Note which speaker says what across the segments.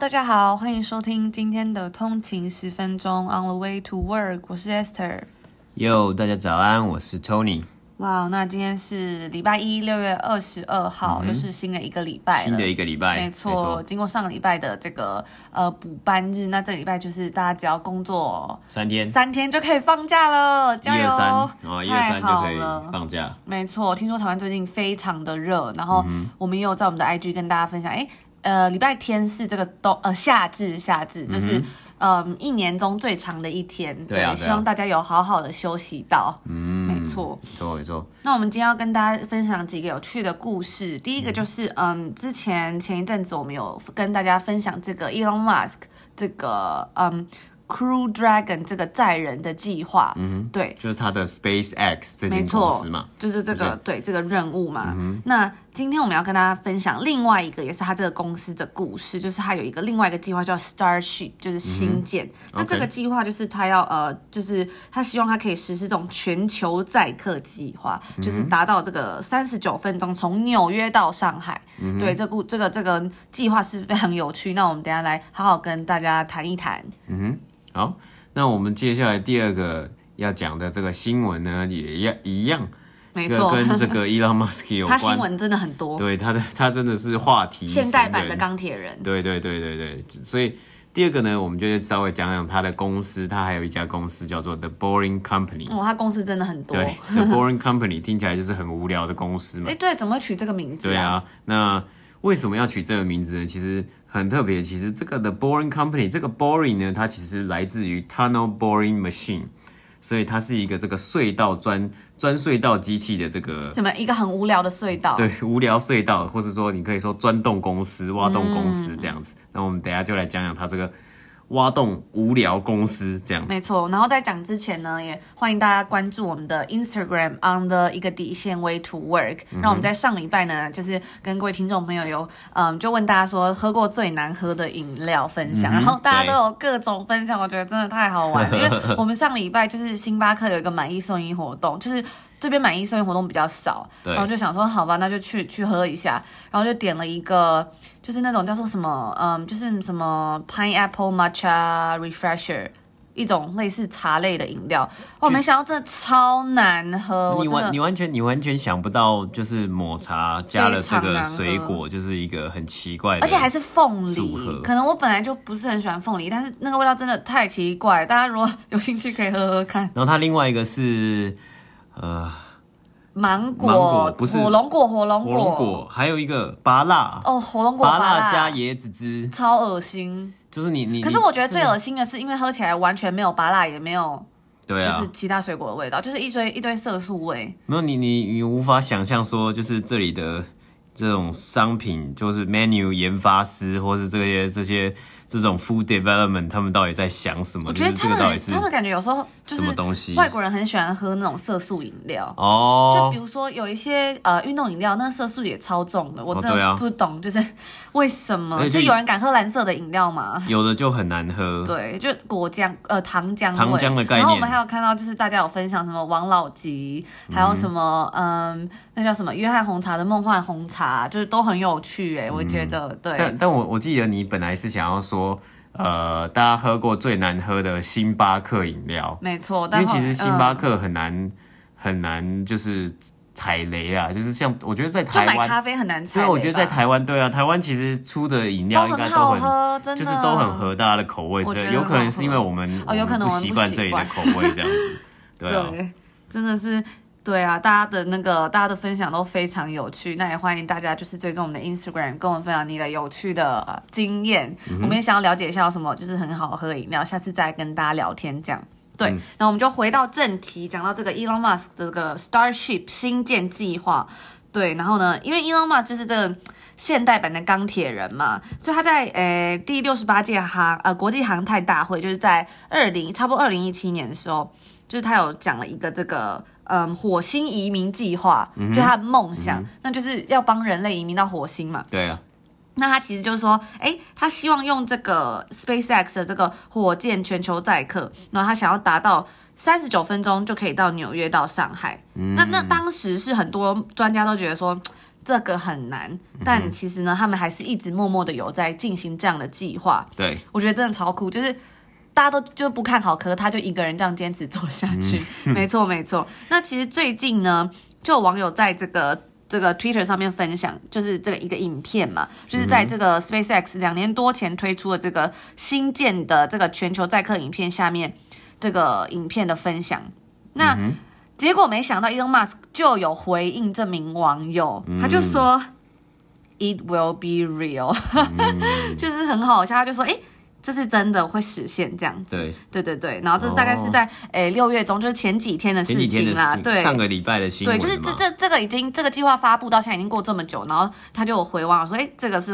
Speaker 1: 大家好，欢迎收听今天的通勤十分钟 On the way to work，我是 Esther。
Speaker 2: 哟，大家早安，我是 Tony。
Speaker 1: 哇、那今天是礼拜一，六月二十二号，又是新的一个礼拜了。
Speaker 2: 嗯新的一个礼拜，
Speaker 1: 没错，，经过上个礼拜的这个呃补班日，那这个礼拜就是大家只要工作
Speaker 2: 三天，一
Speaker 1: 三天就可以放假了，加油！
Speaker 2: 二三，哦，一二
Speaker 1: 太
Speaker 2: 三就
Speaker 1: 好
Speaker 2: 可以
Speaker 1: 了。
Speaker 2: 放假。
Speaker 1: 没错，听说台湾最近非常的热，然后我们也有在我们的 IG 跟大家分享，哎、呃，礼拜天是这个冬呃夏至，夏至就是。嗯一年中最长的一天，
Speaker 2: 对啊对啊
Speaker 1: 希望大家有好好的休息到。嗯，没错。
Speaker 2: 没错，没错，
Speaker 1: 那我们今天要跟大家分享几个有趣的故事。第一个就是，嗯，之前前一阵子我们有跟大家分享这个 Elon Musk 这个，嗯，Crew Dragon 这个载人的计划。嗯，对。
Speaker 2: 就是他的 SpaceX 这
Speaker 1: 没
Speaker 2: 间公
Speaker 1: 错
Speaker 2: 司嘛，，
Speaker 1: 就是这
Speaker 2: 是不嗯
Speaker 1: 个对这个任务嘛。那今天我们要跟大家分享另外一个，也是他这个公司的故事，就是他有一个另外一个计划叫 Starship，就是星舰。那
Speaker 2: 嗯 OK
Speaker 1: 这个计划就是他要呃，就是他希望他可以实施这种全球载客计划，
Speaker 2: 嗯
Speaker 1: 就是达到这个三十九分钟从纽约到上海。
Speaker 2: 嗯
Speaker 1: 对，这故这个这个计划是非常有趣。那我们等一下来好好跟大家谈一谈。
Speaker 2: 好，那我们接下来第二个要讲的这个新闻呢，也要一样，
Speaker 1: 没
Speaker 2: 这个
Speaker 1: 错，
Speaker 2: 跟这个 Elon Musk 有
Speaker 1: 他新
Speaker 2: 关。
Speaker 1: 闻真的很多，
Speaker 2: 对，他的他真的是话题
Speaker 1: 现代
Speaker 2: 神
Speaker 1: 版的
Speaker 2: 人
Speaker 1: 钢铁人。
Speaker 2: 对对对对对，所以第二个呢，我们就稍微讲讲他的公司，他还有一家公司叫做 The Boring Company。
Speaker 1: 哇、哦他公司真的很多。
Speaker 2: 对，The Boring Company 听起来就是很无聊的公司嘛
Speaker 1: 哎、。对，怎么会取这个名字
Speaker 2: 对啊，那为什么要取这个名字呢？其实很特别。其实这个 The Boring Company 这个 Boring 呢，它其实来自于 Tunnel Boring Machine，所以它是一个这个隧道钻钻隧道机器的这个。
Speaker 1: 什么一个很无聊的隧道？
Speaker 2: 对，无聊隧道，或是说你可以说钻洞公司、挖洞公
Speaker 1: 嗯
Speaker 2: 司这样子。那我们等一下就来讲讲它这个挖洞无聊公司这样子。
Speaker 1: 没错。然后在讲之前呢，也欢迎大家关注我们的 Instagram on the 一个底线 way to work。那、
Speaker 2: 嗯
Speaker 1: 我们在上礼拜呢，就是跟各位听众朋友有，嗯，就问大家说喝过最难喝的饮料分享，
Speaker 2: 嗯哼
Speaker 1: 然后大家都有各种分享，我觉得真的太好玩了。因 为我们上礼拜就是星巴克有一个买一送一活动，就是。这边买一送一活动比较少，
Speaker 2: 对
Speaker 1: 然后就想说好吧，那就去去喝一下，然后就点了一个就是那种叫做什么，嗯，就是什么 pineapple matcha refresher。一种类似茶类的饮料，我没想到真的超难喝，呃我
Speaker 2: 你
Speaker 1: 真
Speaker 2: 完你
Speaker 1: 的
Speaker 2: 完全你完全想不到，就是抹茶加了这个水果，就是一个很奇怪的，
Speaker 1: 而且还是凤
Speaker 2: 组合
Speaker 1: 梨。可能我本来就不是很喜欢凤梨，但是那个味道真的太奇怪，大家如果有兴趣可以喝喝看。
Speaker 2: 然后它另外一个是呃
Speaker 1: 芒果、
Speaker 2: 芒果不是
Speaker 1: 火龙果、火龙
Speaker 2: 火
Speaker 1: 果
Speaker 2: 龙果，还有一个芭辣，
Speaker 1: 哦，火龙果芭
Speaker 2: 芭辣加椰子汁，
Speaker 1: 超恶心。
Speaker 2: 就是你你
Speaker 1: 可是我觉得
Speaker 2: 你
Speaker 1: 最恶心的是，因为喝起来完全没有芭辣，也没有
Speaker 2: 对
Speaker 1: 就
Speaker 2: 啊
Speaker 1: 是，其他水果的味道，就是一堆一堆色素味。
Speaker 2: 没有你你你无法想象说就是这里的。这种商品就是 menu 研发师，或是这些这些这种 food development，他们到底在想什么？
Speaker 1: 我觉得
Speaker 2: 就
Speaker 1: 他
Speaker 2: 是这个
Speaker 1: 们
Speaker 2: 到底
Speaker 1: 很，
Speaker 2: 是
Speaker 1: 他们感觉有时候就
Speaker 2: 什么
Speaker 1: 是
Speaker 2: 东西
Speaker 1: 外国人很喜欢喝那种色素饮料。就
Speaker 2: 哦
Speaker 1: 比，如说有一些呃运动饮料，那色素也超重的，我真
Speaker 2: 对
Speaker 1: 的
Speaker 2: 啊哎
Speaker 1: 不懂， 就是为什么
Speaker 2: 而
Speaker 1: 就
Speaker 2: 且
Speaker 1: 有人敢喝蓝色的饮料吗？
Speaker 2: 有的就很难喝。
Speaker 1: 对，就果浆呃糖浆味
Speaker 2: 糖浆的概念
Speaker 1: 然后我们还有看到就是大家有分享什么王老吉，还有什么嗯那叫什么约翰红茶的梦幻红茶，就是都很有趣哎、我觉得对。
Speaker 2: 嗯但但我我记得你本来是想要说，呃，大家喝过最难喝的星巴克饮料，
Speaker 1: 没错，
Speaker 2: 因
Speaker 1: 但
Speaker 2: 为其
Speaker 1: 后
Speaker 2: 实星巴、
Speaker 1: 嗯
Speaker 2: 克很难、很难就是踩雷啊，就是像我觉得在
Speaker 1: 就
Speaker 2: 台
Speaker 1: 买
Speaker 2: 湾，
Speaker 1: 咖啡很难猜。
Speaker 2: 对啊，我觉得在台湾对啊，台湾其实出的饮料
Speaker 1: 都
Speaker 2: 应该
Speaker 1: 很
Speaker 2: 都
Speaker 1: 好
Speaker 2: 很
Speaker 1: 喝，真的
Speaker 2: 就是都很合大家的口味，
Speaker 1: 我
Speaker 2: 所
Speaker 1: 觉
Speaker 2: 以
Speaker 1: 得
Speaker 2: 有可能
Speaker 1: 很
Speaker 2: 是因为
Speaker 1: 好
Speaker 2: 我们
Speaker 1: 哦有可能我
Speaker 2: 不
Speaker 1: 们
Speaker 2: 习
Speaker 1: 不
Speaker 2: 惯
Speaker 1: 习
Speaker 2: 这里的
Speaker 1: 惯
Speaker 2: 口味这 样子，对啊，
Speaker 1: 对，真的是。对啊，大家的那个大家的分享都非常有趣，那也欢迎大家就是追踪我们的 Instagram，跟我们分享你的有趣的呃经验。
Speaker 2: 嗯
Speaker 1: 我们也想要了解一下有什么就是很好喝的饮料，下次再跟大家聊天这样。对，
Speaker 2: 嗯
Speaker 1: 然后我们就回到正题，讲到这个 Elon Musk 的这个 Starship 星舰计划。对，然后呢，因为 Elon Musk 就是这个现代版的钢铁人嘛，所以他在呃第六十八届航呃国际航太大会，就是在二零差不多二零一七年的时候，就是他有讲了一个这个嗯火星移民计划，就他的梦想，那就是要帮人类移民到火星嘛。
Speaker 2: 对啊，
Speaker 1: 那他其实就是说，哎，他希望用这个 SpaceX 的这个火箭全球载客，然后他想要达到三十九分钟就可以到纽约到上海。那那当时是很多专家都觉得说。这个很难，但其实呢，他们还是一直默默的有在进行这样的计划。
Speaker 2: 对，
Speaker 1: 我觉得真的超酷，就是大家都就不看好，可是他就一个人这样坚持做下去。 没错，没错。那其实最近呢，就有网友在这个这个 Twitter 上面分享，就是这个一个影片嘛，就是在这
Speaker 2: 嗯
Speaker 1: 个 SpaceX 两年多前推出的这个新建的这个全球载客影片下面这个影片的分享。
Speaker 2: 嗯
Speaker 1: 那、结果没想到 Elon Musk 就有回应这名网友，
Speaker 2: 嗯
Speaker 1: 他就说。It will be real，、就是
Speaker 2: 嗯
Speaker 1: 很好笑。他就说：“诶，这是真的会实现这样子。”
Speaker 2: 对，
Speaker 1: 对对对，然后这大概是在诶六、月中，就是前几天的事
Speaker 2: 哦前几天
Speaker 1: 情
Speaker 2: 的
Speaker 1: 啦。
Speaker 2: 新
Speaker 1: 对
Speaker 2: 上个礼拜的新
Speaker 1: 对，
Speaker 2: 闻
Speaker 1: 就是这
Speaker 2: 嘛
Speaker 1: 这这个已经这个计划发布到现在已经过这么久，然后他就有回网说，哎，这个是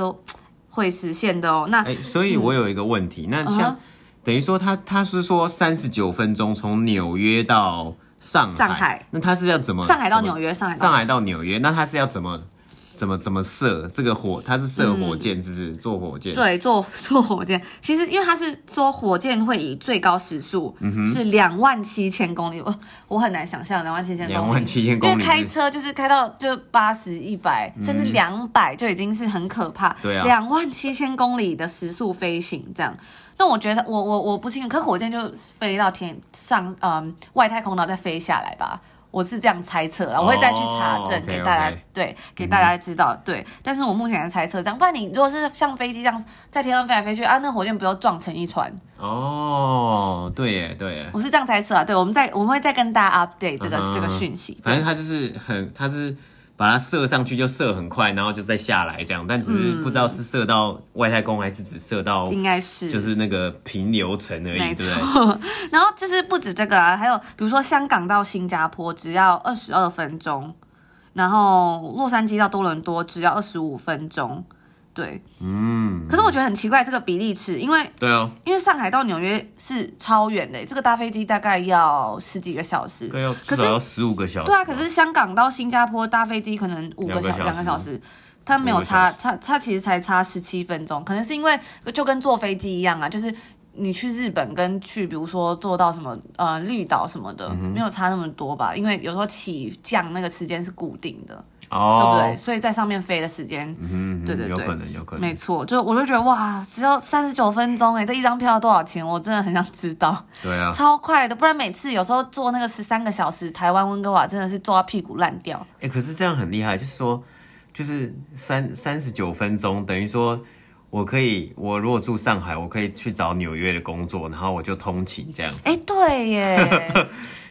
Speaker 1: 会实现的哦。那
Speaker 2: 哎、所以我有一个问题，那
Speaker 1: 嗯
Speaker 2: 像、等于说他他是说三十九分钟从纽约到上海，
Speaker 1: 上海
Speaker 2: 那他是要怎么
Speaker 1: 上海到
Speaker 2: 怎么
Speaker 1: 纽约，上海到
Speaker 2: 上海到纽约，那他是要怎么怎么怎么射这个火？他是射火箭是不是？做火
Speaker 1: 嗯
Speaker 2: 箭？
Speaker 1: 对，坐 坐火箭，其实因为他是说火箭会以最高时速、是两万七千公里，我我很难想象两万七千公里，
Speaker 2: 27,000公里嗯
Speaker 1: 因为开车就是开到就八十、一百，甚至两百就已经是很可怕，
Speaker 2: 对啊
Speaker 1: 两万七千公里的时速飞行这样。那我觉得我我我不清楚，可火箭就飞到天上，嗯，外太空然后再飞下来吧。我是这样猜测啦，我会再去查证
Speaker 2: 哦
Speaker 1: 给
Speaker 2: OK，OK
Speaker 1: 大家对，给大家知道，对。但是我目前的猜测这样，不然你如果是像飞机这样在天上飞来飞去啊，那火箭不要撞成一团？
Speaker 2: 哦，对耶，对耶，
Speaker 1: 我是这样猜测啊。对，我们再我们会再跟大家 update 这个、
Speaker 2: 嗯哼
Speaker 1: 这个讯息。
Speaker 2: 反正他就是很，他是把它射上去就射很快，然后就再下来这样，但只是不知道
Speaker 1: 嗯
Speaker 2: 是射到外太空还是只射到
Speaker 1: 应该是
Speaker 2: 就是那个平流层而已，对
Speaker 1: 没
Speaker 2: 不对？
Speaker 1: 错。然后就是不止这个、啊，还有比如说香港到新加坡只要二十二分钟，然后洛杉矶到多伦多只要二十五分钟。对，嗯。可是我觉得很奇怪这个比例尺，因为
Speaker 2: 对哦，
Speaker 1: 因为上海到纽约是超远的，这个搭飞机大概要十几个小时。
Speaker 2: 对哦，
Speaker 1: 可
Speaker 2: 至
Speaker 1: 是
Speaker 2: 少要十五个小时。
Speaker 1: 对啊，可是香港到新加坡搭飞机可能五个小
Speaker 2: 两个小时
Speaker 1: 两个小时，它没有差差差其实才差十七分钟，可能是因为就跟坐飞机一样啊，就是你去日本跟去比如说坐到什么呃绿岛什么
Speaker 2: 嗯
Speaker 1: 的、没有差那么多吧，因为有时候起降那个时间是固定的，对不
Speaker 2: 哦
Speaker 1: 对？，所以在上面飞的时间，
Speaker 2: 嗯，嗯
Speaker 1: 对对对
Speaker 2: 有可能，有可
Speaker 1: 没
Speaker 2: 能，
Speaker 1: 错，就我就觉得哇，只要三十九分钟哎、这一张票要多少钱？我真的很想知道。
Speaker 2: 对啊。
Speaker 1: 超快的，不然每次有时候坐那个十三个小时，台湾温哥华真的是坐到屁股烂掉。
Speaker 2: 哎、可是这样很厉害，就是说，就是三三十九分钟，等于说我可以，我如果住上海，我可以去找纽约的工作，然后我就通勤这样子。
Speaker 1: 哎、对 耶，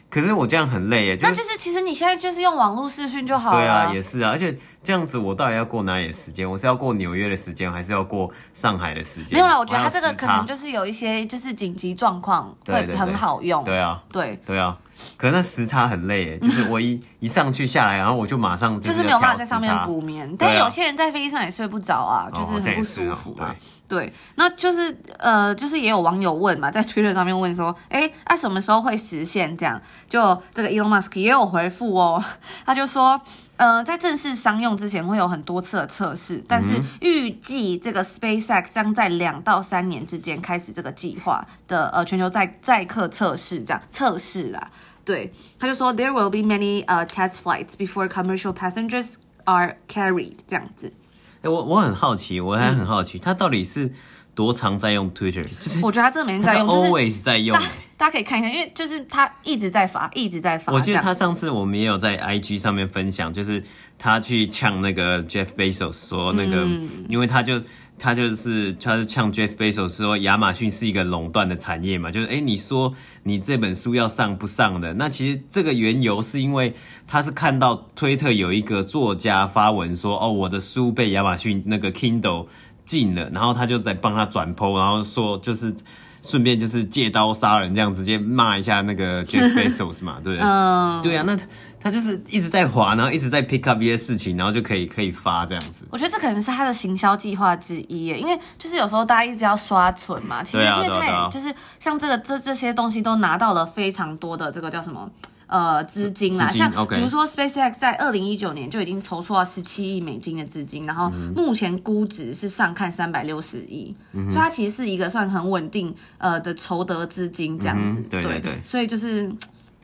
Speaker 2: 可是我这样很累耶，就
Speaker 1: 那
Speaker 2: 是
Speaker 1: 就是其实你现在就是用网络视讯就好了。
Speaker 2: 对啊，也是啊，而且这样子我到底要过哪里的时间？我是要过纽约的时间，还是要过上海的时间？
Speaker 1: 没有啦，我觉得
Speaker 2: 还
Speaker 1: 它
Speaker 2: 有
Speaker 1: 这个
Speaker 2: 时
Speaker 1: 可
Speaker 2: 差
Speaker 1: 能就是有一些就是紧急状况
Speaker 2: 对
Speaker 1: 会
Speaker 2: 对对
Speaker 1: 很好用。
Speaker 2: 对啊，
Speaker 1: 对
Speaker 2: 对啊。可是那时差很累耶，就是 我一一上去下来，然后我就马上
Speaker 1: 就是
Speaker 2: 要
Speaker 1: 没有办法
Speaker 2: 调
Speaker 1: 在
Speaker 2: 时
Speaker 1: 上面
Speaker 2: 差
Speaker 1: 补眠，
Speaker 2: 对啊
Speaker 1: 但是有些人在飞机上也睡不着啊，
Speaker 2: 哦
Speaker 1: 就是
Speaker 2: 好像
Speaker 1: 很
Speaker 2: 也
Speaker 1: 不
Speaker 2: 是
Speaker 1: 舒
Speaker 2: 哦
Speaker 1: 服嘛。对，那就是呃，就是也有网友问嘛，在 Twitter 上面问说，哎，那、什么时候会实现？这样，就这个 Elon Musk 也有回复哦， 他就说，呃，在正式商用之前会有很多次的测试，但
Speaker 2: 嗯
Speaker 1: 是预计这个 SpaceX 将在两到三年之间开始这个计划的呃全球载载客测试，这样测试啦。对，他就说 There will be many uh test flights before commercial passengers are carried 这样子。
Speaker 2: 哎、我我很好奇，我
Speaker 1: 嗯
Speaker 2: 还很好奇，他到底是多常在用 Twitter？就是
Speaker 1: 我觉得他这个每天
Speaker 2: 他
Speaker 1: 在
Speaker 2: 是
Speaker 1: 用，就是
Speaker 2: always 在用
Speaker 1: 大
Speaker 2: 欸。
Speaker 1: 大家可以看一下，因为就是他一直在发，一直在发。
Speaker 2: 我记得
Speaker 1: 这样
Speaker 2: 他上次我们也有在 IG 上面分享，就是他去呛那个 Jeff Bezos 说那个，
Speaker 1: 嗯
Speaker 2: 因为他就他就是他就呛 Jeff Bezos 说亚马逊是一个垄断的产业嘛，就是哎、诶你说你这本书要上不上的？那其实这个缘由是因为他是看到推特有一个作家发文说哦我的书被亚马逊那个 Kindle 禁了，然后他就在帮他转 PO，然后说就是。顺便就是借刀杀人这样，直接骂一下 那个 Jeff Bezos 嘛，对不对？
Speaker 1: 嗯，
Speaker 2: 对啊，那他他就是一直在滑，然后一直在 pick up 一些事情，然后就可以可以发这样 子。
Speaker 1: 我觉得这可能是他的行销计划之一耶，因为就是有时候大家一直要刷存嘛，其实
Speaker 2: 对
Speaker 1: 因
Speaker 2: 啊
Speaker 1: 为他
Speaker 2: 对啊对啊
Speaker 1: 也就是像这个这这些东西都拿到了非常多的这个叫什么。呃，资金啦，
Speaker 2: 资金
Speaker 1: 像
Speaker 2: OK
Speaker 1: 比如说 SpaceX 在二零一九年就已经筹措了十七亿美金的资金，然后
Speaker 2: 嗯
Speaker 1: 目前估值是上看三百六十亿，所以它其实是一个算很稳定呃的筹得资金这样子
Speaker 2: 嗯，哼对对对
Speaker 1: 所以就是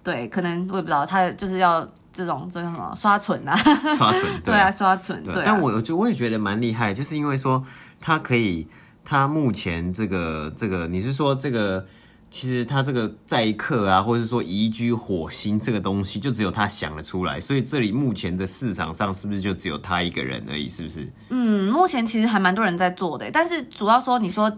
Speaker 1: 对，可能我也不知道，他就是要这种这个什么刷存啊，
Speaker 2: 刷存。
Speaker 1: 对啊，刷存，对啊。
Speaker 2: 但我就我也觉得蛮厉害，就是因为说它可以，它目前这个这个，你是说这个，其实它这个载客啊，或者是说移居火星这个东西，就只有他想得出来，所以这里目前的市场上是不是就只有他一个人而已？是不是？
Speaker 1: 嗯，目前其实还蛮多人在做的，但是主要说你说。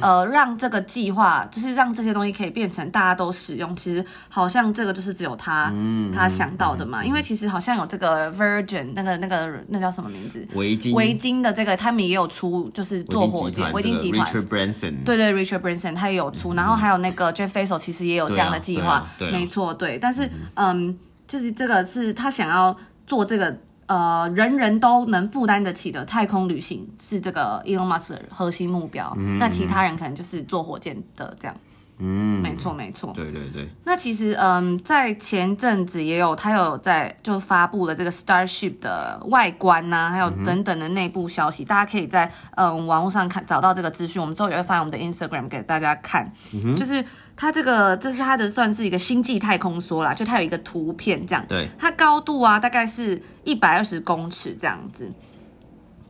Speaker 1: 呃，让这个计划就是让这些东西可以变成大家都使用，其实好像这个就是只有他、他想到的嘛，因为其实好像有这个 Virgin 那个那个那叫什么名字？
Speaker 2: 围巾
Speaker 1: 围巾的这个他们也有出，就是做火箭
Speaker 2: 围
Speaker 1: 围
Speaker 2: 巾
Speaker 1: 巾集
Speaker 2: 集
Speaker 1: 团
Speaker 2: 团。这个 Richard Branson，
Speaker 1: 对对，Richard Branson 他也有出，然后还有那个 Jeff Bezos 其实也有这样的计划，
Speaker 2: 嗯对啊对啊对啊
Speaker 1: 没错，对。但是嗯，就是这个是他想要做这个呃人人都能负担得起的太空旅行，是这个 Elon Musk 的核心目标。那其他人可能就是坐火箭的这样，
Speaker 2: 嗯，
Speaker 1: 没错没错。
Speaker 2: 对对对，
Speaker 1: 那其实，嗯，在前阵子也有他有在就发布了这个 Starship 的外观呐、还有等等的内部消息，大家可以在嗯网络上看找到这个资讯。我们之后也会放在我们的 Instagram 给大家看，就是它这个这是它的算是一个星际太空梭啦，就它有一个图片这样，
Speaker 2: 对，
Speaker 1: 它高度啊大概是一百二十公尺这样子。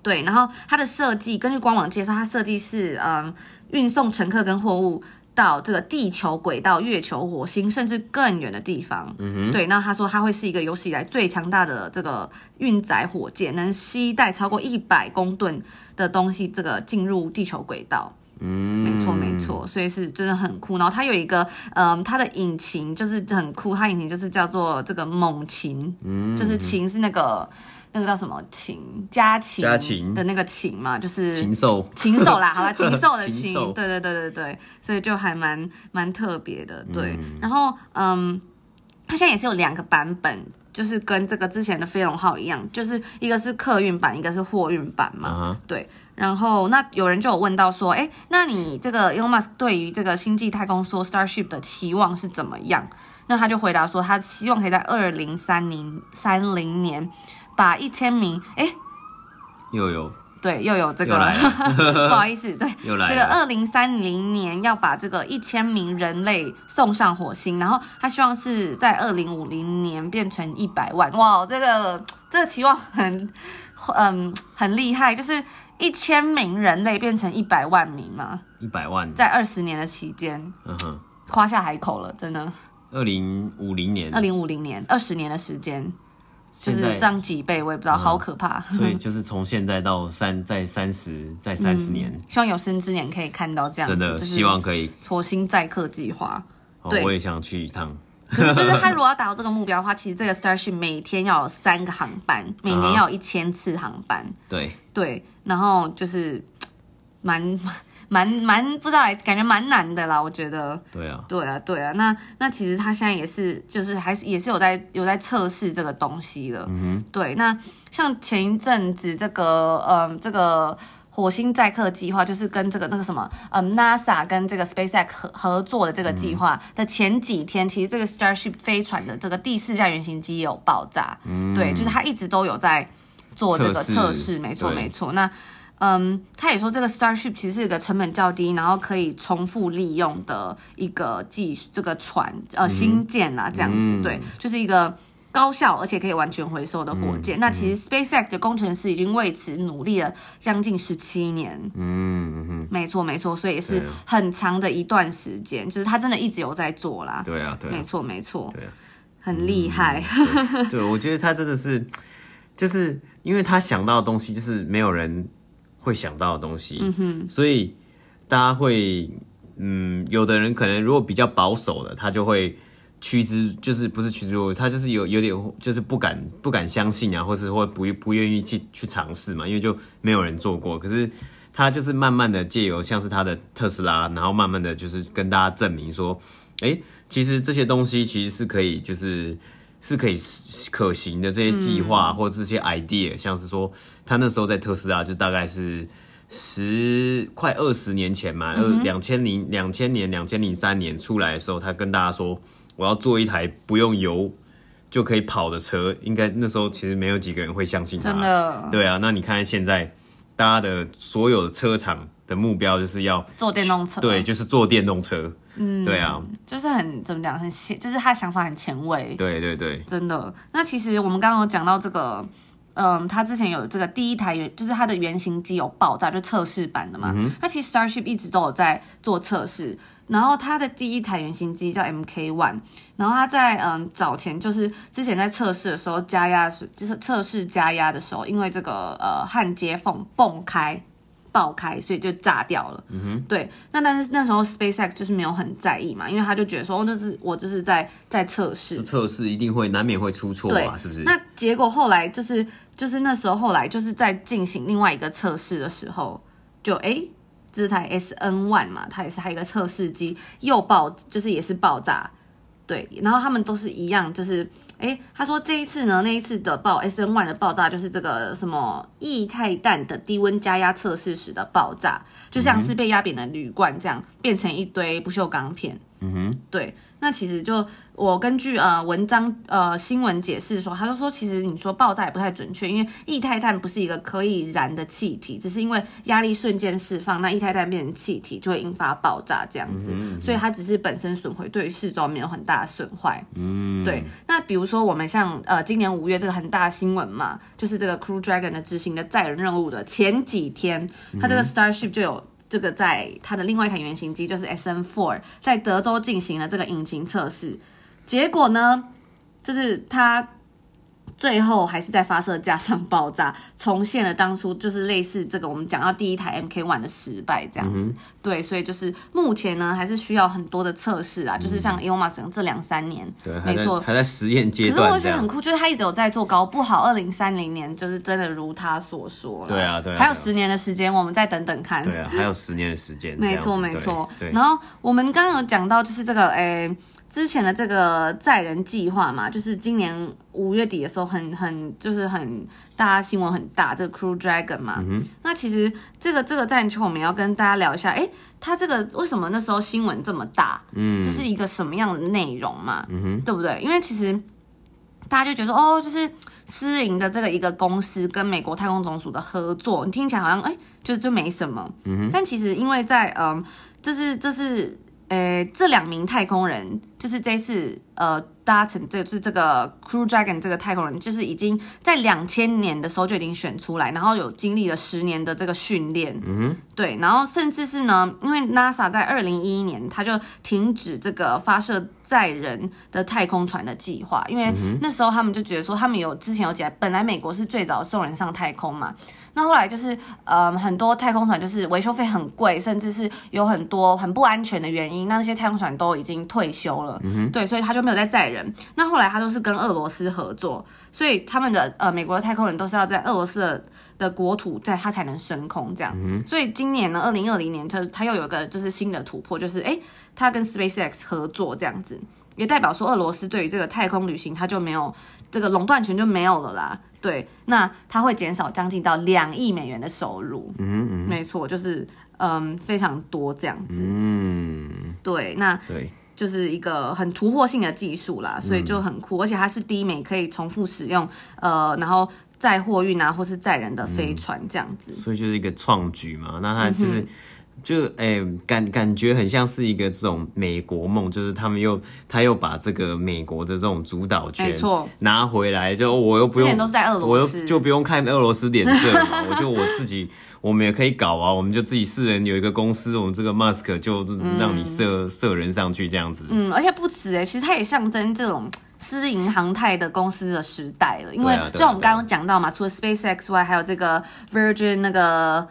Speaker 1: 对，然后它的设计，根据官网介绍，它设计是嗯，运送乘客跟货物到这个地球轨道、月球、火星，甚至更远的地方。嗯哼，对。那他说它会是一个有史以来最强大的这个运载火箭，能携带超过一百公吨的东西，这个进入地球轨道。
Speaker 2: 嗯，
Speaker 1: 没错，没错，所以是真的很酷。然后它有一个，嗯，它的引擎就是很酷，它引擎就是叫做这个猛禽，
Speaker 2: 嗯
Speaker 1: 就是禽是那个那个叫什么禽，家禽
Speaker 2: 家禽
Speaker 1: 的那个禽嘛，就是
Speaker 2: 禽兽，
Speaker 1: 禽兽 啦，好吧，禽兽的
Speaker 2: 禽
Speaker 1: 禽
Speaker 2: 兽，
Speaker 1: 对对对对对，所以就还蛮蛮特别的，对。然后嗯，它现在也是有两个版本，就是跟这个之前的飞龙号一样，就是一个是客运版，一个是货运版嘛，
Speaker 2: 啊哈
Speaker 1: 对。然后那有人就有问到说，哎，那你这个 Elon Musk 对于这个星际太空梭 Starship 的期望是怎么样？那他就回答说，他希望可以在二零三零三零年把一千名，哎，
Speaker 2: 又有
Speaker 1: 对，又有这
Speaker 2: 又
Speaker 1: 个
Speaker 2: 来了，
Speaker 1: 不好意思，对，
Speaker 2: 又来
Speaker 1: 这个
Speaker 2: 了，
Speaker 1: 二零三零年要把这个一千名人类送上火星，然后他希望是在二零五零年变成一百万。哇，这个这个期望很嗯很厉害，就是一千名人类变成一百万名嘛，
Speaker 2: 一百万，
Speaker 1: 在二十年的期间
Speaker 2: 嗯哼，
Speaker 1: 夸下海口了，真的。
Speaker 2: 二零五零年
Speaker 1: 二，零五零年，二十年的时间就
Speaker 2: 现
Speaker 1: 是
Speaker 2: 在嗯
Speaker 1: 这样几倍，我也不知道，好可怕。
Speaker 2: 所以就是从现在到三，再三十，再三十年，
Speaker 1: 希望有生之年可以看嗯到这样子，
Speaker 2: 真的
Speaker 1: 就是
Speaker 2: 希望可以。
Speaker 1: 火星载客计划。
Speaker 2: 哦
Speaker 1: 对
Speaker 2: 我也想去一趟。
Speaker 1: 可是就是他如果要达到这个目标的话，其实这个 Starship 每天要有三个航班，每年要有一千次航班，
Speaker 2: 对，
Speaker 1: 对，然后就是嘖蛮 蛮蛮不知道欸，感觉蛮难的啦，我觉得。
Speaker 2: 对啊，
Speaker 1: 对啊，对啊，那那其实他现在也是，就是还是也是有在有在测试这个东西了。嗯对，那像前一阵子这个，嗯，这个火星载客计划，就是跟这个那个什么，嗯，NASA 跟这个 SpaceX 合合作的这个计划
Speaker 2: 嗯
Speaker 1: 的前几天，其实这个 Starship 飞船的这个第四架原型机也有爆炸。嗯，对，就是它一直都有在做这个
Speaker 2: 测试
Speaker 1: 测试，没错，
Speaker 2: 对
Speaker 1: 没错。那嗯，他也说这个 Starship 其实是一个成本较低，然后可以重复利用的一个技这个船呃新建啦，这样子、
Speaker 2: 嗯
Speaker 1: 对，就是一个高效而且可以完全回收的火
Speaker 2: 嗯
Speaker 1: 箭。那其实 SpaceX 的工程师已经为此努力了将近十七年，
Speaker 2: 嗯嗯，
Speaker 1: 没错没错，所以也是
Speaker 2: 对啊
Speaker 1: 很长的一段时间，就是他真的一直有在做啦，
Speaker 2: 对啊，对
Speaker 1: 没
Speaker 2: 啊，
Speaker 1: 错没错，
Speaker 2: 对啊嗯
Speaker 1: 很厉害，
Speaker 2: 对，我觉得他真的是，就是因为他想到的东西，就是没有人会想到的东西，嗯哼，所以大家会，嗯，有的人可能如果比较保守的，他就会。趋之就是不是趋之若鹜，他就是有有点就是不敢不敢相信啊，或是或不不愿意去去尝试嘛，因为就没有人做过。可是他就是慢慢的借由像是他的特斯拉，然后慢慢的就是跟大家证明说，哎、其实这些东西其实是可以就是是可以可行的这些计划、或者这些 idea，像是说他那时候在特斯拉就大概是十快二十年前嘛，二两千零两千年两千零三年出来的时候，他跟大家说我要做一台不用油就可以跑的车，应该那时候其实没有几个人会相信他，
Speaker 1: 真的。
Speaker 2: 对啊，那你看现在大家的所有车厂的目标就是要
Speaker 1: 坐电动车，
Speaker 2: 对，，就是做电动车。嗯，对啊，
Speaker 1: 就是很怎么讲，很先，就是他的想法很前卫，
Speaker 2: 对对对，
Speaker 1: 真的。那其实我们刚刚有讲到这个，嗯，他之前有这个第一台原，就是它的原型机有爆炸，就测试版的嘛。那其实 Starship 一直都有在做测试，然后它的第一台原型机叫 MK One，然后它在嗯早前就是之前在测试的时候加压时，就是测试加压的时候，因为这个呃焊接缝蹦开。爆开，所以就炸掉了。嗯哼，对。那但是那时候 SpaceX 就是没有很在意嘛，因为他就觉得说，哦，这是我就是在在测试
Speaker 2: 就，测试一定会难免会出错
Speaker 1: 对
Speaker 2: 啊，是不是？
Speaker 1: 那结果后来就是就是那时候后来就是在进行另外一个测试的时候，就哎。诶这台 S N One 嘛，它也是还有一个测试机，又爆就是也是爆炸，对，然后他们都是一样，就是哎，他说这一次呢，那一次的爆 S N One 的爆炸就是这个什么液态氮的低温加压测试时的爆炸，就像
Speaker 2: 嗯
Speaker 1: 是被压扁的铝罐这样变成一堆不锈钢片，对，那其实就我根据呃文章呃新闻解释说，他就说其实你说爆炸也不太准确，因为液态氮不是一个可以燃的气体，只是因为压力瞬间释放，那液态氮变成气体就会引发爆炸这样子，所以它只是本身损毁对于四周没有很大的损坏。嗯，对。那比如说我们像呃今年五月这个很大的新闻嘛，就是这个 Crew Dragon 的执行的载人任务的前几天，
Speaker 2: 嗯
Speaker 1: 它这个 Starship 就有这个在它的另外一台原型机，就是 SN Four，在德州进行了这个引擎测试。结果呢，就是它最后还是在发射架上爆炸，重现了当初就是类似这个我们讲到第一台 MK One 的失败这样
Speaker 2: 嗯
Speaker 1: 子。对，所以就是目前呢，还是需要很多的测试啊，就是像 Elon Musk 这两三年，
Speaker 2: 嗯对，还
Speaker 1: 没
Speaker 2: 在
Speaker 1: 错。
Speaker 2: 还在实验阶
Speaker 1: 可是我
Speaker 2: 段
Speaker 1: 觉
Speaker 2: 这
Speaker 1: 得
Speaker 2: 样
Speaker 1: 很。酷，就是他一直有在做，搞不好二零三零年就是真的如他所说了。
Speaker 2: 对啊对啊
Speaker 1: 还有
Speaker 2: 对啊
Speaker 1: 十年的时间，我们再等等看。
Speaker 2: 对啊，还有十年的时间。
Speaker 1: 没
Speaker 2: 这样子
Speaker 1: 错，没
Speaker 2: 对
Speaker 1: 错。
Speaker 2: 对
Speaker 1: 然，后我们刚刚有讲到，就是这个诶、之前的这个载人计划嘛，就是今年五月底的时候很，很就是很大家新闻很大，这个 Crew Dragon 嘛。
Speaker 2: 嗯
Speaker 1: 那其实这个这个战球，我们要跟大家聊一下，诶、它这个为什么那时候新闻这么大？嗯，这是一个什么样的内容嘛？嗯哼，对不对？因为其实大家就觉得说，哦，就是。私营的这个一个公司跟美国太空总署的合作，你听起来好像哎、就就没什么，但其实因为在嗯，这是这是呃这两名太空人，就是这次呃搭乘这就是这个 Crew Dragon 这个太空人，就是已经在两千年的时候就已经选出来，然后有经历了十年的这个训练，嗯，对，然后甚至是呢，因为 NASA 在二零一一年它就停止这个发射。载人的太空船的计划，因为那时候他们就觉得说，他们有之前有几台，本来美国是最早送人上太空嘛，那后来就是，嗯，很多太空船就是维修费很贵，甚至是有很多很不安全的原因。那那些太空船都已经退休了，对，所以他就没有再载人。那后来他都是跟俄罗斯合作，所以他们的呃美国的太空人都是要在俄罗斯的的国土，在他才能升空这样。所以今年呢，二零二零年他他又有一个就是新的突破，就是哎，诶他跟 SpaceX 合作这样子，也代表说俄罗斯对于这个太空旅行，他就没有这个垄断权就没有了啦。对，那它会减少将近到两亿美元的收入。嗯嗯，没错，就是嗯非常多这样子。
Speaker 2: 嗯，
Speaker 1: 对，那
Speaker 2: 对，
Speaker 1: 就是一个很突破性的技术啦，所以就很酷，而且它是低美可以重复使用，呃，然后载货运啊或是载人的飞船这样子。
Speaker 2: 所以就是一个创举嘛。那
Speaker 1: 嗯
Speaker 2: 他就是。就哎、感感觉很像是一个这种美国梦，就是他们又他又把这个美国的这种主导权
Speaker 1: 没错
Speaker 2: 拿回来，就哦我又不
Speaker 1: 之前
Speaker 2: 用
Speaker 1: 都是在俄罗
Speaker 2: 我又
Speaker 1: 斯，
Speaker 2: 就不用看俄罗斯脸色嘛， 我就我自己，我们也可以搞啊，我们就自己四人有一个公司，我们这个 Mask 就让你射、射人上去这样子。
Speaker 1: 嗯，而且不止哎、其实它也象征这种私营航太的公司的时代了。因为
Speaker 2: 对啊对啊
Speaker 1: 就像我们刚刚讲到嘛，除了 SpaceX 外，还有这个 Virgin 那个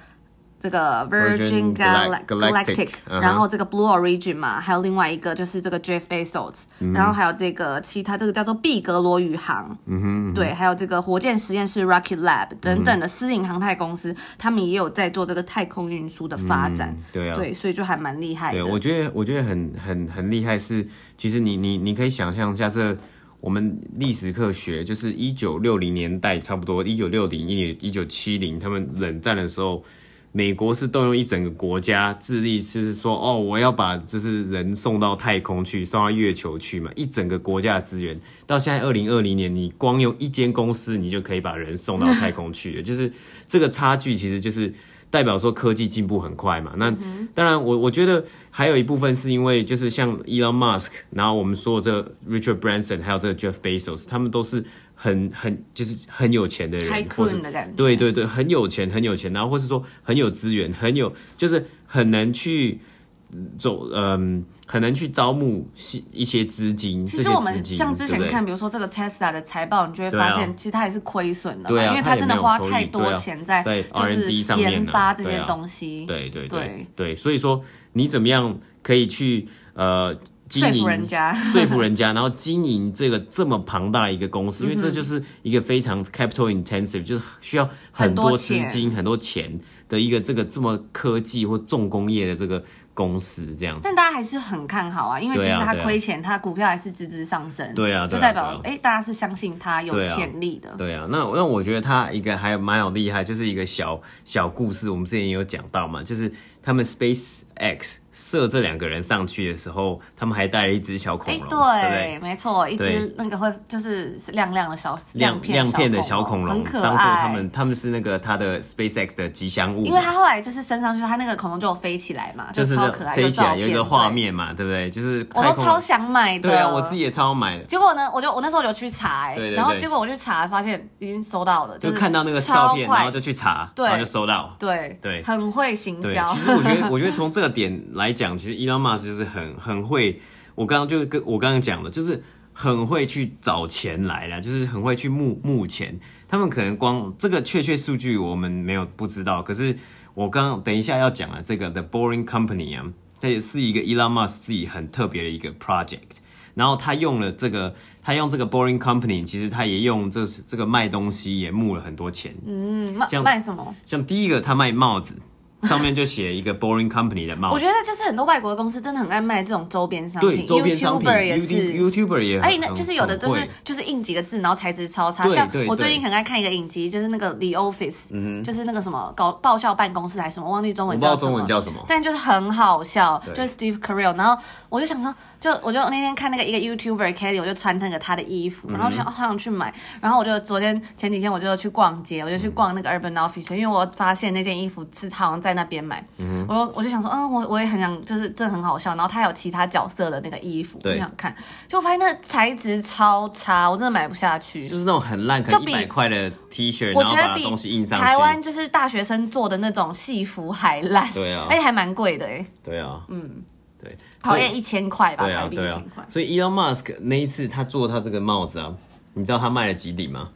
Speaker 1: 这个
Speaker 2: Virgin
Speaker 1: Virgin Gal- Galactic，
Speaker 2: Galac- Galactic，嗯哼
Speaker 1: 然后这个 Blue Origin 嘛，还有另外一个就是这个 Jeff Bezos，然
Speaker 2: 嗯
Speaker 1: 后还有这个其他这个叫做毕格罗宇航，
Speaker 2: 嗯
Speaker 1: 对，还有这个火箭实验室 Rocket Lab 等等的私营航太公司，他们也有在做这个太空运输的发展。
Speaker 2: 对啊，
Speaker 1: 对，所以就还蛮厉害的。
Speaker 2: 对，我觉得我觉得很很很厉害是，其实你你你可以想象，假设我们历史课学，就是一九六零年代，差不多一九六零一一九七零，他们冷战的时候，美国是动用一整个国家智力，是说哦，我要把就是人送到太空去，送到月球去嘛，一整个国家的资源。到现在二零二零年，你光用一间公司，你就可以把人送到太空去了，就是这个差距，其实就是。代表说科技进步很快嘛，
Speaker 1: 嗯
Speaker 2: 那当然我我觉得还有一部分是因为就是像 Elon Musk，然后我们说这个 Richard Branson，还有这个 Jeff Bezos，他们都是很很就是很有钱的人，
Speaker 1: 开
Speaker 2: 或是
Speaker 1: 困的感觉。
Speaker 2: 对对对，很有钱，很有钱，然后或是说很有资源，很有就是很能去嗯走，嗯，很能去招募西一些资金，
Speaker 1: 其实
Speaker 2: 这些
Speaker 1: 我
Speaker 2: 资
Speaker 1: 们
Speaker 2: 金
Speaker 1: 像之前
Speaker 2: 对不对
Speaker 1: 看，比如说这个 Tesla 的财报，你就会
Speaker 2: 对啊
Speaker 1: 发现，其实它也是亏损的嘛，
Speaker 2: 对啊
Speaker 1: 因为
Speaker 2: 它也
Speaker 1: 真
Speaker 2: 没
Speaker 1: 的
Speaker 2: 有
Speaker 1: 花
Speaker 2: 收益
Speaker 1: 太
Speaker 2: 对
Speaker 1: 多
Speaker 2: 啊
Speaker 1: 钱在
Speaker 2: 在
Speaker 1: 就是
Speaker 2: R&D 上面
Speaker 1: 研
Speaker 2: 啊
Speaker 1: 发这
Speaker 2: 对
Speaker 1: 些
Speaker 2: 啊
Speaker 1: 东西。
Speaker 2: 对对对
Speaker 1: 对
Speaker 2: 对，所以说你怎么样可以去呃经
Speaker 1: 说
Speaker 2: 营
Speaker 1: 服人家
Speaker 2: 说服人家，然后经营这个这么庞大的一个公司，因为
Speaker 1: 嗯
Speaker 2: 这就是一个非常 capital intensive，就是需要很
Speaker 1: 很
Speaker 2: 多
Speaker 1: 多
Speaker 2: 资
Speaker 1: 钱
Speaker 2: 金、很多钱的一个这个这么科技或重工业的这个公司这样子。
Speaker 1: 但大家还是很看好啊，因为即
Speaker 2: 对啊
Speaker 1: 使它
Speaker 2: 对啊
Speaker 1: 亏钱，它股票还是直直上升。
Speaker 2: 对啊对
Speaker 1: 就
Speaker 2: 啊
Speaker 1: 代
Speaker 2: 对啊
Speaker 1: 表哎，大家是相信它有
Speaker 2: 对啊
Speaker 1: 潜力的。
Speaker 2: 对啊，那那我觉得他一个还蛮有厉害，就是一个小小故事，我们之前也有讲到嘛，就是他们 SpaceX 射这两个人上去的时候，他们还带了一只小恐
Speaker 1: 哎，
Speaker 2: 龙，对不
Speaker 1: 对
Speaker 2: 对？，
Speaker 1: 没错，一
Speaker 2: 对
Speaker 1: 只那个会就是亮亮的小
Speaker 2: 亮
Speaker 1: 片
Speaker 2: 亮片的小恐
Speaker 1: 很
Speaker 2: 龙，
Speaker 1: 可
Speaker 2: 当做他
Speaker 1: 爱。
Speaker 2: 们他们是那个他的 SpaceX 的吉祥物嘛，
Speaker 1: 因为它后来就是升上去，它那个恐龙就有飞起来嘛，
Speaker 2: 就是
Speaker 1: 超可爱，
Speaker 2: 飞起来
Speaker 1: 照
Speaker 2: 有
Speaker 1: 片
Speaker 2: 一个画，面嘛，对不对？就是
Speaker 1: 对
Speaker 2: 太
Speaker 1: 我
Speaker 2: 空
Speaker 1: 都超想买的。
Speaker 2: 对啊，我自己也超买的，
Speaker 1: 结果呢，我就我那时候有去查、欸，
Speaker 2: 对对对
Speaker 1: 然后结果我去查，发现已经收到了，
Speaker 2: 就是看到那个照片，
Speaker 1: 超快
Speaker 2: 然后就去查，
Speaker 1: 对
Speaker 2: 然后就收到。
Speaker 1: 对
Speaker 2: 对
Speaker 1: 很会行
Speaker 2: 对，
Speaker 1: 销
Speaker 2: 其，实我觉得，我觉 得从这个点来讲，其实 Elon Musk 就是很很会，我刚刚就是跟我刚刚讲的，就是很会去找钱来啦，就是很会去募募钱。他们可能光这个确切数据我们没有不知道，可是我刚等一下要讲的这个 The Boring Company 啊，它也是一个 Elon Musk 自己很特别的一个 project。然后他用了这个，他用这个 Boring Company，其实他也用这是这个卖东西也募了很多钱，
Speaker 1: 嗯，卖
Speaker 2: 像
Speaker 1: 卖什么？
Speaker 2: 像第一个，他卖帽子，上面就写一个 Boring Company 的帽
Speaker 1: 我
Speaker 2: 子。
Speaker 1: 觉得就是很多外国的公司真的很爱卖这种周边商
Speaker 2: 对，
Speaker 1: 品
Speaker 2: 周边商品
Speaker 1: y o u t u b e r 也是。
Speaker 2: ，YouTuber 也很，
Speaker 1: 而且那就是有的
Speaker 2: 很
Speaker 1: 就
Speaker 2: 会
Speaker 1: 是就是印几个字，然后材质超差。
Speaker 2: 对
Speaker 1: 像
Speaker 2: 对
Speaker 1: 我
Speaker 2: 对嗯
Speaker 1: 最近很爱看一个影集，就是那个《The Office》，就是那个什么搞爆笑办公室还是什么，忘记中
Speaker 2: 我
Speaker 1: 文
Speaker 2: 不知道
Speaker 1: 叫什么。
Speaker 2: 中文叫什么。
Speaker 1: 但就是很好笑，
Speaker 2: 对
Speaker 1: 就是 Steve Carell，然后我就想说，就我就那天看那个一个 YouTuber Kelly，我就穿那个他的衣
Speaker 2: 嗯
Speaker 1: 服，然后就想、哦好想去买，然后我就昨天前几天我就去逛街，我就
Speaker 2: 嗯
Speaker 1: 去逛那个 Urban Outfitter，因为我发现那件衣服是他好像在那边买，我就我就想说，嗯，我我也很想，就是真的很好笑，然后他有其他角色的那个衣服，我
Speaker 2: 对
Speaker 1: 就想看，就我发现那个材质超差，我真的买不下去，
Speaker 2: 就是那种很烂，可能
Speaker 1: 就
Speaker 2: 一
Speaker 1: 比
Speaker 2: 百块的 T 恤，
Speaker 1: 我
Speaker 2: 然后
Speaker 1: 觉
Speaker 2: 把
Speaker 1: 得
Speaker 2: 东西印
Speaker 1: 比
Speaker 2: 上
Speaker 1: 台
Speaker 2: 去。
Speaker 1: 湾就是大学生做的那种戏服还烂，
Speaker 2: 对啊
Speaker 1: 而且还蛮贵的哎、
Speaker 2: 对啊，嗯，对，
Speaker 1: 讨
Speaker 2: 所以
Speaker 1: 厌一千块吧，
Speaker 2: 对啊
Speaker 1: 台，币
Speaker 2: 对
Speaker 1: 一
Speaker 2: 啊
Speaker 1: 千块。。
Speaker 2: 所以 Elon Musk 那一次他做他这个帽子啊，你知道他卖了几顶吗？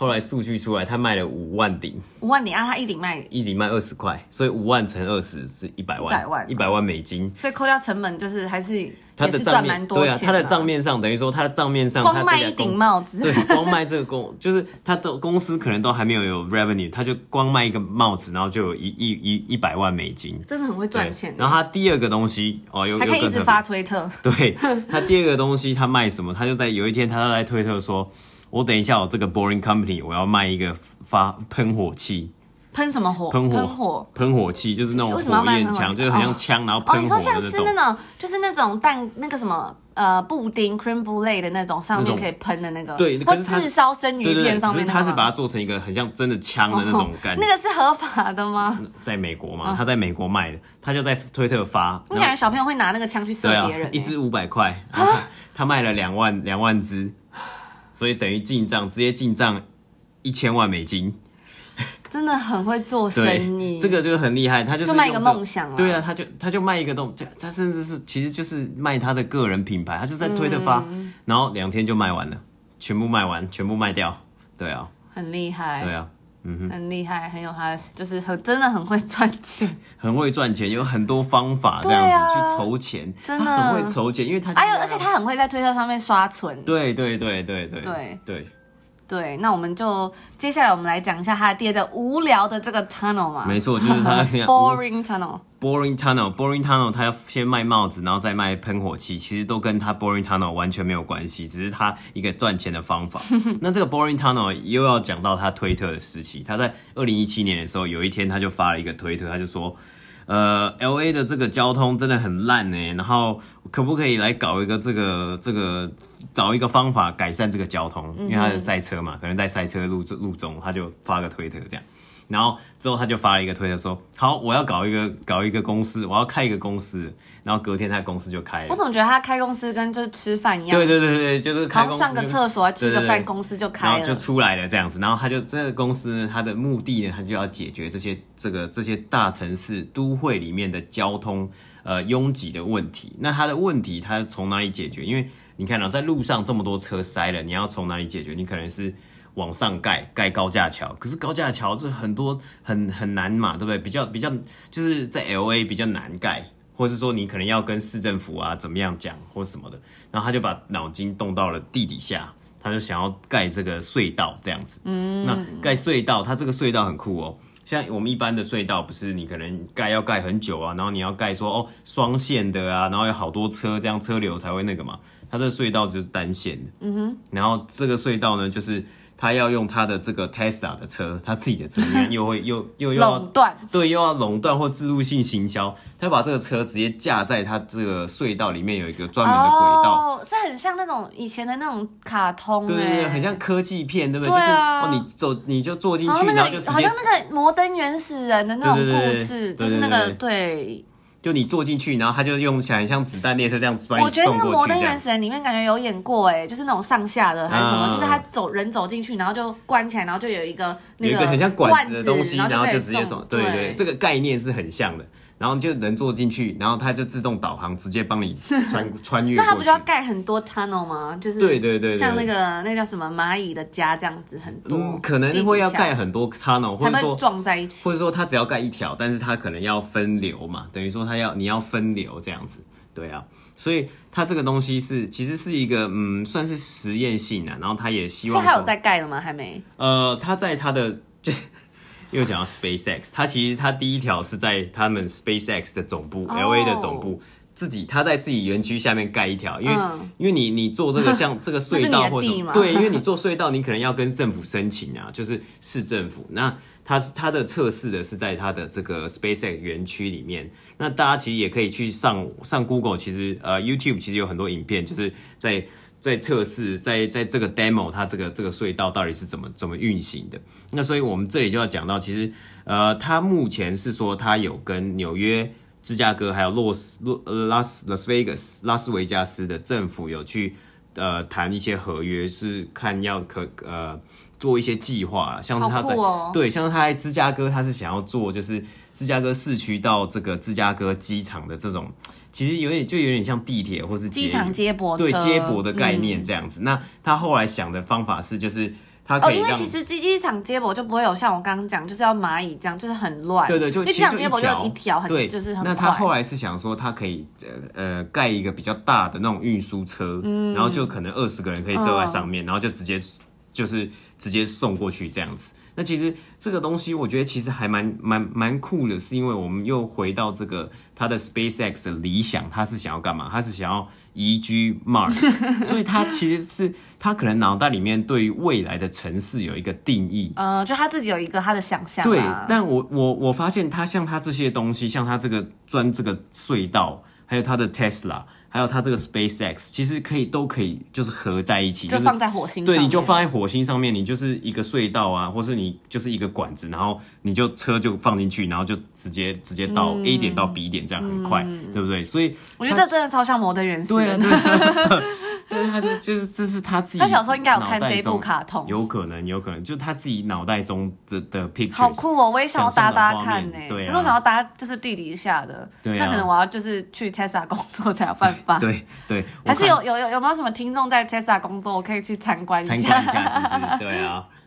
Speaker 2: 后来数据出来，他卖了五万顶，
Speaker 1: 五万顶啊，他一顶卖，
Speaker 2: 一顶卖二十块，所以五万乘二十是一百万，
Speaker 1: 100万
Speaker 2: 一百万美金。
Speaker 1: 所以扣掉成本就是还是
Speaker 2: 他
Speaker 1: 也
Speaker 2: 的
Speaker 1: 是
Speaker 2: 账
Speaker 1: 赚
Speaker 2: 面
Speaker 1: 蛮多
Speaker 2: 对
Speaker 1: 钱
Speaker 2: 啊，他的
Speaker 1: 啦
Speaker 2: 账面上等于说他的账面上他
Speaker 1: 光卖
Speaker 2: 这家
Speaker 1: 一顶
Speaker 2: 公
Speaker 1: 帽子，
Speaker 2: 对，光卖这个公就是他的公司可能都还没有有 revenue，他就光卖一个帽子，然后就有一一一一百万美金
Speaker 1: 真的很会赚钱
Speaker 2: 对。然后他第二个东西哦，又
Speaker 1: 还可
Speaker 2: 又
Speaker 1: 以一
Speaker 2: 更
Speaker 1: 直
Speaker 2: 特别
Speaker 1: 发推特，
Speaker 2: 对他第二个东西，他卖什么？他就在有一天，他就在推特说：“我等一下，我这个 Boring Company 我要卖一个发喷火器，
Speaker 1: 喷什么火？
Speaker 2: 喷火
Speaker 1: 喷火。
Speaker 2: 喷火器就是那种
Speaker 1: 为什么要
Speaker 2: 火
Speaker 1: 卖
Speaker 2: 焰
Speaker 1: 喷火
Speaker 2: 枪，
Speaker 1: 器
Speaker 2: 就是很像枪，然后
Speaker 1: 哦，
Speaker 2: 喷
Speaker 1: 你
Speaker 2: 火
Speaker 1: 说
Speaker 2: 的
Speaker 1: 像
Speaker 2: 那
Speaker 1: 是
Speaker 2: 种。
Speaker 1: 那种，就是那种蛋那个什么呃布丁 cream brulee 的那种，上
Speaker 2: 那
Speaker 1: 面
Speaker 2: 种
Speaker 1: 可以喷的那个，
Speaker 2: 对
Speaker 1: 或
Speaker 2: 可是它
Speaker 1: 炙烧生鱼
Speaker 2: 对对对，
Speaker 1: 片上
Speaker 2: 只是
Speaker 1: 面那
Speaker 2: 他
Speaker 1: 个
Speaker 2: 是
Speaker 1: 吗哦
Speaker 2: 把它做成一个很像真的枪的那种感觉
Speaker 1: 那。个是合法的 吗？
Speaker 2: 在美国嘛，他在美国卖的，他就在推特发，
Speaker 1: 我
Speaker 2: 然后
Speaker 1: 感觉小朋友会拿那个枪去射
Speaker 2: 对啊
Speaker 1: 别人，欸，
Speaker 2: 一支五百 块，然后他他卖了两万两万支，所以等于进账直接进账一千万美金，
Speaker 1: 真的很会做生
Speaker 2: 对，
Speaker 1: 意。
Speaker 2: 这个就很厉害，他就是
Speaker 1: 就卖一个
Speaker 2: 用这
Speaker 1: 梦想啊
Speaker 2: 对啊，他就他就卖一个东，他他甚至是其实就是卖他的个人品牌，他就在推特发，
Speaker 1: 嗯
Speaker 2: 然后两天就卖完了，全部卖完，全部卖掉，对啊，
Speaker 1: 很厉害，
Speaker 2: 对啊，
Speaker 1: 很厉害，很有他的，就是很真的很会赚钱。
Speaker 2: 很会赚钱，有很多方法这
Speaker 1: 对
Speaker 2: 样子、
Speaker 1: 啊
Speaker 2: 去筹钱，
Speaker 1: 真的
Speaker 2: 他很啊会筹钱，因为他就是
Speaker 1: 哎呦，
Speaker 2: 要
Speaker 1: 而且他很会在推特上面刷存，
Speaker 2: 对对对对对
Speaker 1: 对
Speaker 2: 对，
Speaker 1: 对，那我们就接下来我们来讲一下它的第二个无聊的这个 tunnel 嘛。
Speaker 2: 没错，就 是它
Speaker 1: boring tunnel。
Speaker 2: Boring Tunnel。Boring Tunnel 它要先卖帽子，然后再卖喷火器，其实都跟它 Boring Tunnel 完全没有关系，只是它一个赚钱的方法。那这个 Boring Tunnel 又要讲到它推特的时期，它在二零一七年的时候，有一天他就发了一个推特，他就说。呃，L A 的这个交通真的很烂呢、欸然后可不可以来搞一个这个这个找一个方法改善这个交通？
Speaker 1: 嗯
Speaker 2: 因为他是塞车嘛，可能在塞车路路中，他就发个推特这样。然后之后他就发了一个推特说：“好，我要搞一个搞一个公司，我要开一个公司。”然后隔天他公司就开
Speaker 1: 我
Speaker 2: 了。
Speaker 1: 怎么觉得他开公司跟就是吃饭一哦样？
Speaker 2: 对对对对，就是开
Speaker 1: 好
Speaker 2: 公
Speaker 1: 像上
Speaker 2: 司
Speaker 1: 个
Speaker 2: 就是
Speaker 1: 厕所、吃
Speaker 2: 对
Speaker 1: 个
Speaker 2: 对
Speaker 1: 饭，
Speaker 2: 对
Speaker 1: 公司就
Speaker 2: 然
Speaker 1: 开
Speaker 2: 后就
Speaker 1: 了。
Speaker 2: 出来了这样子，然后他就这个公司它的目的呢，它就要解决这些这个这些大城市都会里面的交通呃拥挤的问题。那它的问题它从哪里解决？因为你看啊，在路上这么多车塞了，你要从哪里解决？你可能是往上盖盖高架桥，可是高架桥这很多很很难嘛，对不对？比较比较就是在 L A 比较难盖。或是说你可能要跟市政府啊怎么样讲或什么的，然后他就把脑筋动到了地底下，他就想要盖这个隧道这样子。嗯，那盖隧道，它这个隧道很酷哦。像我们一般的隧道，不是你可能盖要盖很久啊，然后你要盖说哦双线的啊，然后有好多车，这样车流才会那个嘛。它这个隧道就是单线的，嗯哼。然后这个隧道呢，就是他要用他的这个 Tesla 的车，他自己的车，你看又 会又又又要
Speaker 1: 垄断，
Speaker 2: 对，又要垄断或自入性行销，他把这个车直接架在他这个隧道里面有一个专门的轨道。
Speaker 1: 哦，这很像那种以前的那种卡通、欸，
Speaker 2: 对对对，很像科技片，对不对？
Speaker 1: 对啊
Speaker 2: 就是哦，你走你就坐进
Speaker 1: 好
Speaker 2: 去，
Speaker 1: 像那
Speaker 2: 然后就
Speaker 1: 个
Speaker 2: 直
Speaker 1: 好
Speaker 2: 接
Speaker 1: 像那个摩登原始人的那种
Speaker 2: 对对对
Speaker 1: 故
Speaker 2: 对
Speaker 1: 事，
Speaker 2: 对
Speaker 1: 就是那个
Speaker 2: 对
Speaker 1: 对。
Speaker 2: 就你坐进去，然后他就用起来很像子弹列车这样把
Speaker 1: 我
Speaker 2: 你
Speaker 1: 觉得
Speaker 2: 送
Speaker 1: 那个《
Speaker 2: 过
Speaker 1: 摩
Speaker 2: 去
Speaker 1: 登
Speaker 2: 这
Speaker 1: 原
Speaker 2: 样。
Speaker 1: 始人》里面感觉有演过、欸，哎，就是那种上下的还是什么，
Speaker 2: 嗯
Speaker 1: 就是他走人走进去，然后就关起来，然后就有一个那
Speaker 2: 有一个很像
Speaker 1: 罐
Speaker 2: 管子的东西，
Speaker 1: 然
Speaker 2: 然后
Speaker 1: 可以
Speaker 2: 就直接送。对对，
Speaker 1: 对，
Speaker 2: 这个概念是很像的。然后你就人坐进去，然后它就自动导航，直接帮你穿穿越
Speaker 1: 那他
Speaker 2: 过
Speaker 1: 不
Speaker 2: 去
Speaker 1: 就。要盖很多 tunnel 吗？就是
Speaker 2: 对对对对
Speaker 1: 像那个那个叫什么蚂蚁的家这样子，很多、
Speaker 2: 嗯，可能会要盖很多 tunnel，
Speaker 1: 地
Speaker 2: 或
Speaker 1: 底下，才
Speaker 2: 者
Speaker 1: 不
Speaker 2: 说
Speaker 1: 会撞在一起。
Speaker 2: 或者说它只要盖一条，但是它可能要分流嘛，等于说它要你要分流这样子，对啊，所以它这个东西是其实是一个嗯算是实验性啊，然后它也希
Speaker 1: 现
Speaker 2: 望
Speaker 1: 在还有
Speaker 2: 说
Speaker 1: 在盖的吗？还没。
Speaker 2: 呃，他在他的 就又讲到 SpaceX，他其实他第一条是在他们 SpaceX 的总部、
Speaker 1: 哦
Speaker 2: l a 的总部。自己他在自己园区下面盖一条，因为、
Speaker 1: 嗯
Speaker 2: 因为你你做这个像这个
Speaker 1: 是
Speaker 2: 隧
Speaker 1: 你
Speaker 2: 道
Speaker 1: 的
Speaker 2: 或什
Speaker 1: 地
Speaker 2: 么
Speaker 1: 嘛，
Speaker 2: 对，因为你做隧道，你可能要跟政府申请啊，就是市政府。那他是他的测试的是在他的这个 SpaceX 园区里面。那大家其实也可以去上上 Google，其实呃 YouTube 其实有很多影片，就是在在测试，在在这个 demo 它这个这个隧道到底是怎么怎么运行的。那所以我们这里就要讲到，其实呃，它目前是说它有跟纽约、芝加哥还有洛斯洛呃拉斯拉斯维加斯拉斯维加斯的政府有去呃谈一些合约，是看要可呃。做一些计划，像是他在、
Speaker 1: 好酷哦
Speaker 2: 对，像是他在芝加哥，他是想要做就是芝加哥市区到这个芝加哥机场的这种，其实有点就有点像地铁或是捷
Speaker 1: 机场
Speaker 2: 运
Speaker 1: 接驳车，
Speaker 2: 对接驳的概念
Speaker 1: 嗯
Speaker 2: 这样子。那他后来想的方法是，就是他
Speaker 1: 哦，
Speaker 2: 可以
Speaker 1: 因为
Speaker 2: 让、
Speaker 1: 其实机机场接驳就不会有像我刚刚讲，就是要蚂蚁这样，就是很乱。
Speaker 2: 对对，就
Speaker 1: 机
Speaker 2: 其实
Speaker 1: 场
Speaker 2: 就
Speaker 1: 接驳就
Speaker 2: 条
Speaker 1: 一条，很
Speaker 2: 对，
Speaker 1: 就是很
Speaker 2: 那他
Speaker 1: 快。
Speaker 2: 后来是想说，他可以呃呃盖一个比较大的那种运输车，
Speaker 1: 嗯
Speaker 2: 然后就可能二十个人可以坐在上面，然后就直接就是直接送过去这样子。那其实这个东西，我觉得其实还蛮蛮蛮酷的，是因为我们又回到这个他的 SpaceX 的理想，他是想要干嘛？他是想要移居 Mars，所以他其实是他可能脑袋里面对于未来的城市有一个定义，
Speaker 1: 呃，就他自己有一个他的想象
Speaker 2: 对
Speaker 1: 啊，
Speaker 2: 但我我我发现他像他这些东西，像他这个钻这个隧道，还有他的 Tesla，还有他这个 SpaceX，其实可以都可以就是合在一起，
Speaker 1: 就是放在火星上面。
Speaker 2: 对，你就放在火星上面，你就是一个隧道啊，或是你就是一个管子，然后你就车就放进去，然后就直接直接到 A 点到 B 点，这样很快，对不对？所以
Speaker 1: 嗯我觉得这真的超像摩登原始
Speaker 2: 对啊，
Speaker 1: 人。
Speaker 2: 对啊。 但是他是就是这是他自己，
Speaker 1: 他小时候应该有看这一部
Speaker 2: 中
Speaker 1: 卡通
Speaker 2: 有可能有可能就是他自己脑袋中的的 picture，
Speaker 1: 好酷哦！我也想要搭搭
Speaker 2: 想
Speaker 1: 看
Speaker 2: 象的
Speaker 1: 呢、
Speaker 2: 画面对啊
Speaker 1: 可是我想要搭就是地底下的，
Speaker 2: 对啊
Speaker 1: 那可能我要就是去 Tesla 工作才有办法。
Speaker 2: 对对，我
Speaker 1: 啊还是
Speaker 2: 看
Speaker 1: 有有有有没有什么听众在 Tesla 工作，我可以去参观一
Speaker 2: 参
Speaker 1: 下？
Speaker 2: 观一下，是不是？对啊。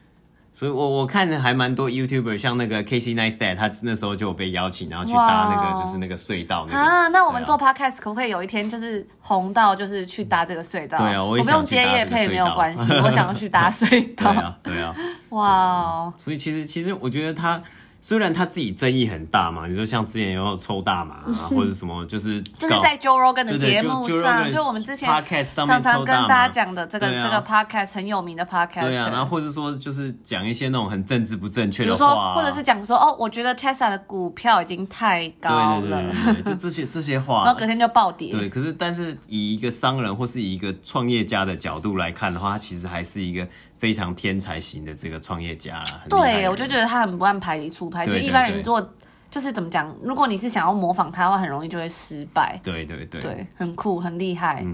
Speaker 2: 所以我我看还蛮多 YouTuber，像那个 Casey Neistat，他那时候就有被邀请，然后去搭那
Speaker 1: 哇
Speaker 2: 个就是那个隧道那个。
Speaker 1: 啊，那我们
Speaker 2: 对啊
Speaker 1: 做 podcast 可不可以有一天就是红到就是去搭这个隧道？
Speaker 2: 对啊我
Speaker 1: 我
Speaker 2: 也
Speaker 1: 不
Speaker 2: 想
Speaker 1: 用
Speaker 2: 去
Speaker 1: 接
Speaker 2: 搭
Speaker 1: 夜
Speaker 2: 这个
Speaker 1: 配
Speaker 2: 隧
Speaker 1: 没有
Speaker 2: 道
Speaker 1: 关系，我想要去 搭隧
Speaker 2: 对
Speaker 1: 道。
Speaker 2: 啊，对啊，
Speaker 1: 哇哦，
Speaker 2: 所以其实其实我觉得他虽然他自己争议很大嘛，你说像之前有抽大麻 啊，或者什么，就是
Speaker 1: 就是
Speaker 2: 啊搞
Speaker 1: 在 Joe Rogan 的
Speaker 2: 对
Speaker 1: 节
Speaker 2: 对
Speaker 1: 目
Speaker 2: 就
Speaker 1: 上，
Speaker 2: Rogan
Speaker 1: 就我们之前
Speaker 2: podcast 上面
Speaker 1: 常常
Speaker 2: 抽
Speaker 1: 跟
Speaker 2: 大麻
Speaker 1: 大家讲的这个、
Speaker 2: 对啊
Speaker 1: 这个 podcast 很有名的 podcast，
Speaker 2: 对啊，然后或者说就是讲一些那种很政治不正确
Speaker 1: 比
Speaker 2: 的
Speaker 1: 如
Speaker 2: 话
Speaker 1: 说
Speaker 2: 啊、
Speaker 1: 或者是讲说哦，我觉得 Tesla 的股票已经太高了，
Speaker 2: 对对对对对，就这些这些话，
Speaker 1: 然后隔天就暴跌。
Speaker 2: 对，可是但是以一个商人或是以一个创业家的角度来看的话，他其实还是一个非常天才型的这个创业家啦。很厉害的
Speaker 1: 对，我就觉得他很不按牌理出牌，就
Speaker 2: 对
Speaker 1: 是一
Speaker 2: 对
Speaker 1: 般
Speaker 2: 对
Speaker 1: 人如果就是怎么讲，如果你是想要模仿他的话，很容易就会失败。
Speaker 2: 对对对，嗯
Speaker 1: 对，很酷，很厉害。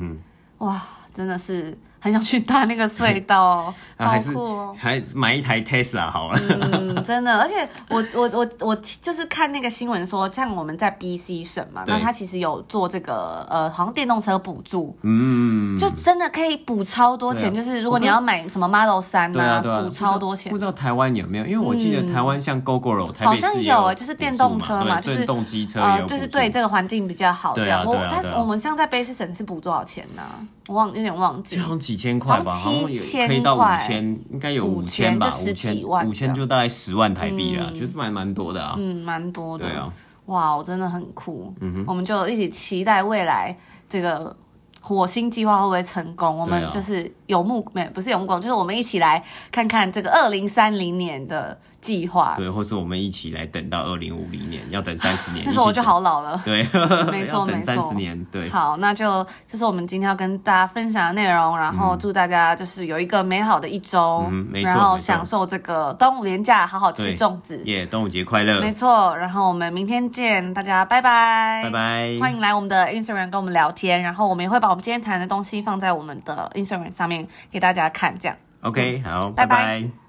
Speaker 1: 哇，真的是很想去搭那个隧道、哦，
Speaker 2: 啊、
Speaker 1: 好
Speaker 2: 还是
Speaker 1: 酷哦。
Speaker 2: 还是买一台 Tesla 好了。
Speaker 1: 嗯，真的，而且我我我我就是看那个新闻说，像我们在 B C 省嘛，
Speaker 2: 对
Speaker 1: 那他其实有做这个呃，好像电动车补助，
Speaker 2: 嗯，
Speaker 1: 就真的可以补超多钱。
Speaker 2: 对啊
Speaker 1: 就是如果你要买什么 Model 三
Speaker 2: 对啊对啊，
Speaker 1: 补超多钱嗯
Speaker 2: 不知道不。知道台湾有没有？因为我记得台湾像 GoGoRo，、台
Speaker 1: 好
Speaker 2: 北市
Speaker 1: 像
Speaker 2: 也
Speaker 1: 有
Speaker 2: 有
Speaker 1: 欸就是电动车嘛
Speaker 2: 嘛，对
Speaker 1: 就是
Speaker 2: 电动机车也
Speaker 1: 呃
Speaker 2: 有，补助、
Speaker 1: 就是对这个环境比较好这
Speaker 2: 对
Speaker 1: 样。
Speaker 2: 啊
Speaker 1: 我
Speaker 2: 对啊
Speaker 1: 他
Speaker 2: 对啊
Speaker 1: 我们像在卑诗省是补多少钱呢、我忘有点忘记
Speaker 2: 就好。像几千块吧，
Speaker 1: 好
Speaker 2: 好
Speaker 1: 像
Speaker 2: 像有可以
Speaker 1: 7000
Speaker 2: 到五
Speaker 1: 块
Speaker 2: 千，应该有
Speaker 1: 5000
Speaker 2: 千吧，
Speaker 1: 就十几
Speaker 2: 五千
Speaker 1: 万
Speaker 2: 五千
Speaker 1: 这
Speaker 2: 就大概十万台币啦，就是蛮蛮多的啊。
Speaker 1: 嗯，蛮多的。
Speaker 2: 对啊，嗯
Speaker 1: 哇，我真的很酷。我们就一起期待未来这个火星计划会不会成功。我
Speaker 2: 对
Speaker 1: 们
Speaker 2: 啊
Speaker 1: 就是有目没不是有目光，就是我们一起来看看这个二零三零年的计划。
Speaker 2: 对，或是我们一起来等到二零五零年，要等三十年。
Speaker 1: 那时候我
Speaker 2: 一起
Speaker 1: 就
Speaker 2: 等，
Speaker 1: 好老了。
Speaker 2: 对，
Speaker 1: 没错
Speaker 2: 要等
Speaker 1: 没错
Speaker 2: 三十年，对，
Speaker 1: 好，那就这是我们今天要跟大家分享的内容，然后祝大家就是有一个美好的一周，
Speaker 2: 嗯没错
Speaker 1: 然后
Speaker 2: 没错
Speaker 1: 享受这个端午连假，好好吃
Speaker 2: 对
Speaker 1: 粽子，
Speaker 2: 耶，端午节快乐，
Speaker 1: 没错。然后我们明天见，大家拜拜，
Speaker 2: 拜拜，
Speaker 1: 欢迎来我们的 Instagram 跟我们聊天，然后我们也会把我们今天谈的东西放在我们的 Instagram 上面给大家看，这样。
Speaker 2: ，OK，好，
Speaker 1: 拜
Speaker 2: 拜
Speaker 1: 拜
Speaker 2: 拜